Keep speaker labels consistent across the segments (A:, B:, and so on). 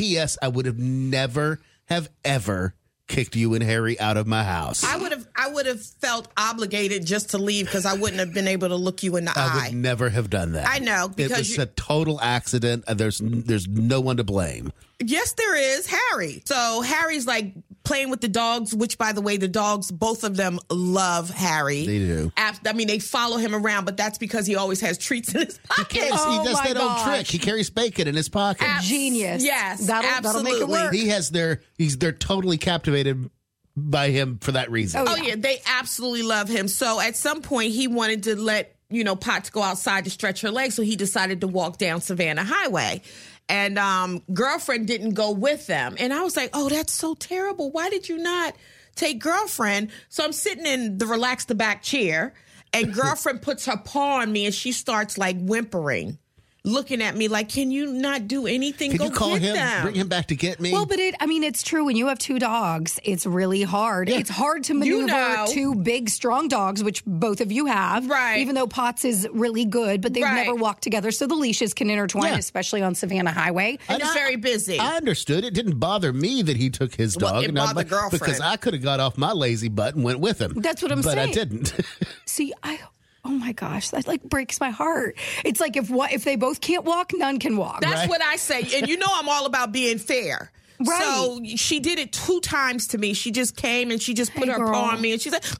A: P.S. I would have never have ever kicked you and Harry out of my house.
B: I would have I would have felt obligated just to leave because I wouldn't have been able to look you in the
A: I
B: eye.
A: would never have done that.
B: I know,
A: it
B: because
A: was
B: you-
A: a total accident. and There's there's no one to blame.
B: Yes, there is Harry. So Harry's like playing with the dogs, which by the way, the dogs, both of them love Harry.
A: They do.
B: Ab- I mean, they follow him around, but that's because he always has treats in his pocket.
A: He carries-
C: Oh
A: he does
C: my
A: that old
C: gosh.
A: trick. He carries bacon in his pocket.
B: Abs-
C: Genius.
B: Yes,
C: That'll, that'll
B: absolutely.
C: make it work.
A: he has their he's they're totally captivated by him for that reason.
C: Oh,
B: Oh yeah, they absolutely love him. So at some point he wanted to let, you know, Potts go outside to stretch her legs, so he decided to walk down Savannah Highway. And um girlfriend didn't go with them. And I was like, "Oh, that's so terrible. Why did you not take girlfriend?" So I'm sitting in the relax the back chair and girlfriend puts her paw on me and she starts like whimpering, looking at me like, "Can you not do anything?
A: Can
B: go
A: you call
B: get
A: him?
B: them."
A: Bring him back to get me.
C: Well, but it, I mean, it's true. When you have two dogs, it's really hard. It's hard to maneuver
B: know.
C: two big, strong dogs, which both of you have.
B: Right.
C: Even though Potts is really good, but they've
B: Right.
C: never walked together. So the leashes can intertwine,
A: Yeah.
C: especially on Savannah Highway.
B: And it's very busy.
A: I understood. It didn't bother me that he took his dog.
B: Well, it
A: and I'm
B: bothered
A: like- Because
B: girlfriend.
A: I could have got off my lazy butt and went with him.
C: That's what I'm
A: but
C: saying.
A: I didn't.
C: See, I. Oh my gosh, that like breaks my heart. It's like if what if they both can't walk, none can walk.
B: That's what I say. And you know I'm all about being fair.
C: Right.
B: So she did it two times to me. She just came and she just put
C: Hey,
B: her
C: girl.
B: paw on me and she's like, mm,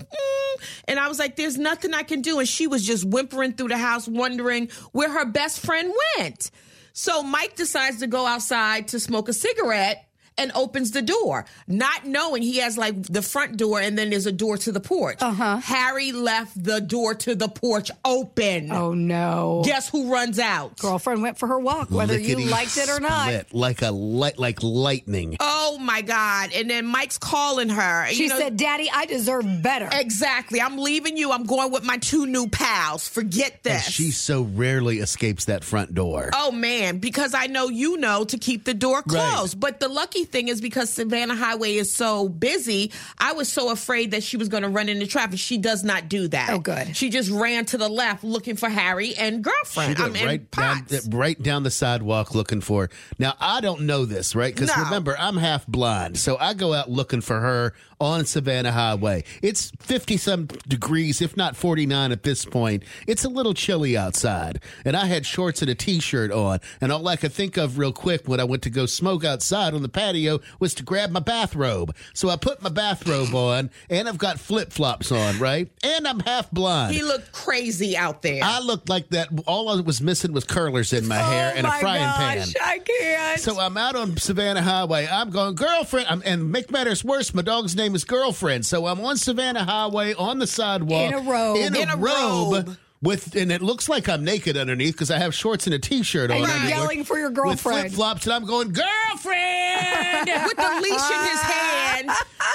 B: mm. and I was like, there's nothing I can do. And she was just whimpering through the house, wondering where her best friend went. So Mike decides to go outside to smoke a cigarette and opens the door, not knowing he has like the front door and then there's a door to the porch. Uh-huh. Harry left the door to the porch open.
C: oh no.
B: Guess who runs out?
C: Girlfriend went for her walk, whether you
A: Lickety
C: liked it or not.
A: split, like a light, like lightning.
B: Oh my God. And then Mike's calling her.
C: She said, "Daddy, I deserve better."
B: Exactly. I'm leaving you. I'm going with my two new pals. Forget
A: And
B: this.
A: she so rarely escapes that front door.
B: Oh man, because I know you know to keep the door
A: Right.
B: closed. But the lucky thing is because Savannah Highway is so busy, I was so afraid that she was going to run into traffic. She does not do that.
C: Oh, good.
B: She just ran to the left looking for Harry and
A: She
B: girlfriend.
A: did
B: I mean,
A: right down,
B: Potts.
A: right down the sidewalk looking for. her. Now I don't know this, right? Because
B: No.
A: remember, I'm half blind, so I go out looking for her on Savannah Highway. It's fifty some degrees, if not forty nine at this point. It's a little chilly outside, and I had shorts and a t shirt on, and all I could think of real quick when I went to go smoke outside on the patio was to grab my bathrobe. So I put my bathrobe on, and I've got flip flops on, right? And I'm half blind.
B: He looked crazy out there.
A: I looked like that. All I was missing was curlers in my hair
C: Oh
A: and a frying pan.
C: I can't.
A: So I'm out on Savannah Highway. I'm going girlfriend, I'm, and make matters worse, my dog's name is girlfriend. So I'm on Savannah Highway on the sidewalk
C: In a robe.
A: in a,
B: In a
A: robe.
B: robe.
A: With and it looks like I'm naked underneath because I have shorts and a t-shirt on.
C: And you're
A: underneath.
C: yelling for your
A: with
C: girlfriend.
A: flip flops, and I'm going girlfriend,
B: with the leash in his hand,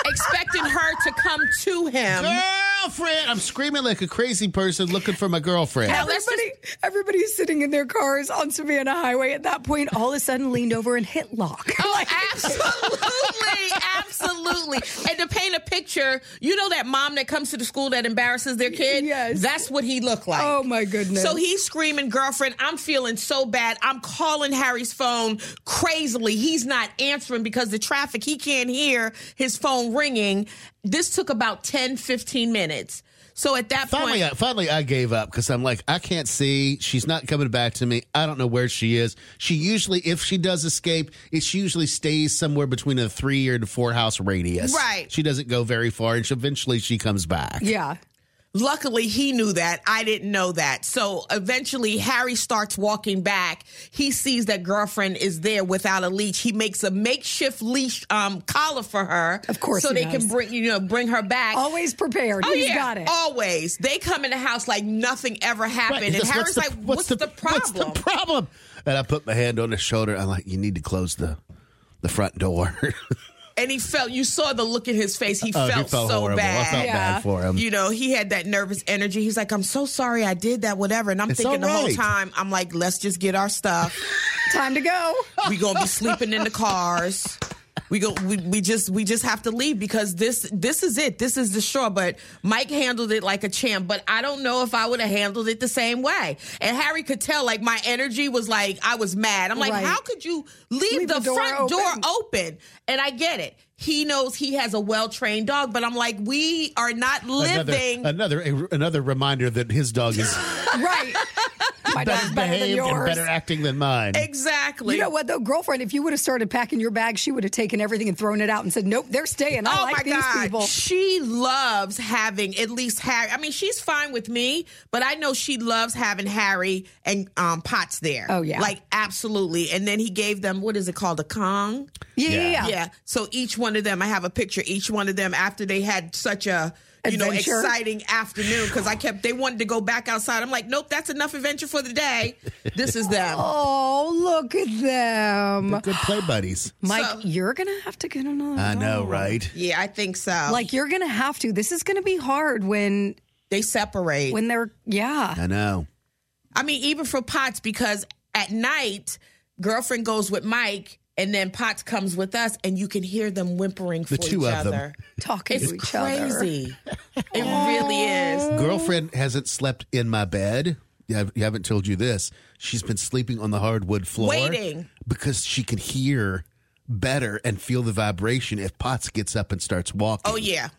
B: expecting her to come to him.
A: girlfriend. I'm screaming like a crazy person looking for my girlfriend.
B: Now, let's
C: Everybody, everybody's sitting in their cars on Savannah Highway at that point. All of a sudden, leaned over and hit lock.
B: Oh, absolutely, absolutely. And to paint a picture, you know that mom that comes to the school that embarrasses their kid.
C: Yes.
B: that's what he looked like.
C: Oh, my goodness.
B: So he's screaming, "Girlfriend, I'm feeling so bad. I'm calling Harry's phone crazily. He's not answering because the traffic. He can't hear his phone ringing. This took about 10, 15 minutes. So at that point,
A: Finally, I, finally, I gave up because I'm like, I can't see. She's not coming back to me. I don't know where she is. She usually, if she does escape, it she usually stays somewhere between a three or to four house radius.
B: Right.
A: She doesn't go very far, and she, eventually she comes back.
C: yeah.
B: Luckily, he knew that. I didn't know that. So eventually, Harry starts walking back. He sees that girlfriend is there without a leash. He makes a makeshift leash um, collar for her.
C: Of course
B: so
C: he
B: they can
C: does.
B: bring you know bring her back.
C: Always prepared.
B: Oh,
C: He's
B: yeah,
C: got it.
B: Always. They come in the house like nothing ever happened.
A: Right.
B: And
A: Just,
B: Harry's like, what's, the,
A: what's
B: problem?
A: the problem? And I put my hand on his shoulder. I'm like, you need to close the the front door.
B: and he felt, you saw the look in his face. He,
A: Oh, he
B: felt, so
A: horrible. I
B: bad.
A: felt
C: Yeah.
A: bad for him.
B: You know, he had that nervous energy. He's like, I'm so sorry I did that, whatever. And I'm
A: It's
B: thinking the
A: all
B: whole
A: right.
B: time, I'm like, let's just get our stuff.
C: Time to go.
B: We gonna be sleeping in the cars. We go. We, we just we just have to leave because this this is it. This is the straw. But Mike handled it like a champ. But I don't know if I would have handled it the same way. And Harry could tell. Like my energy was like I was mad. I'm like,
C: Right.
B: how could you leave,
C: Leave
B: the,
C: the door
B: front door
C: open.
B: open? And I get it. He knows he has a well trained dog. But I'm like, we are not
A: Another,
B: living.
A: another another reminder that his dog is
C: right. My dog's
A: better
C: better than
A: behaved and
C: yours.
A: better acting than mine.
B: Exactly.
C: You know what though, girlfriend? If you would have started packing your bag, she would have taken everything and thrown it out and said, "Nope, they're staying." I
B: oh
C: like
B: my
C: these
B: God.
C: people.
B: She loves having at least Harry. I mean, she's fine with me, but I know she loves having Harry and um, Potts there.
C: Oh, yeah.
B: Like, absolutely. And then he gave them, what is it called? A Kong?
C: Yeah, yeah,
A: Yeah.
C: yeah.
B: Yeah. So each one of them, I have a picture, each one of them after they had such a. You know,
C: Adventure.
B: exciting afternoon because I kept, they wanted to go back outside. I'm like, nope, that's enough adventure for the day. This is them.
C: Oh, look at them,
A: They're good play buddies.
C: Mike.
B: So-
C: you're gonna have to get another.
A: I know,
C: dog.
A: right?
B: Yeah, I think so.
C: Like you're gonna have to. This is gonna be hard when
B: they separate.
C: when they're yeah.
A: I know.
B: I mean, even for Potts, because at night, girlfriend goes with Mike, and then Potts comes with us, and you can hear them whimpering for
A: two
B: each
A: of them.
B: other.
C: talking
B: It's
C: to each other.
B: crazy. it really is.
A: Girlfriend hasn't slept in my bed. You have- you haven't told you this. She's been sleeping on the hardwood floor.
B: Waiting.
A: Because she can hear better and feel the vibration if Potts gets up and starts walking.
B: Oh yeah.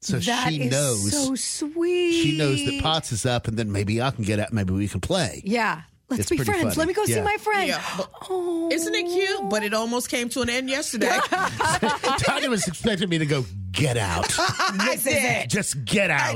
A: So
C: That
A: she
C: is
A: knows.
C: so sweet.
A: she knows that Potts is up, and then maybe I can get up. Maybe we can play.
C: Yeah, let's
A: It's
C: be
A: pretty
C: friends.
A: funny.
C: Let me go see
A: Yeah.
C: my friend.
B: Yeah, but- Isn't it cute? But it almost came to an end yesterday.
A: Tanya was expecting me to go, get out.
B: I did.
A: Just get out.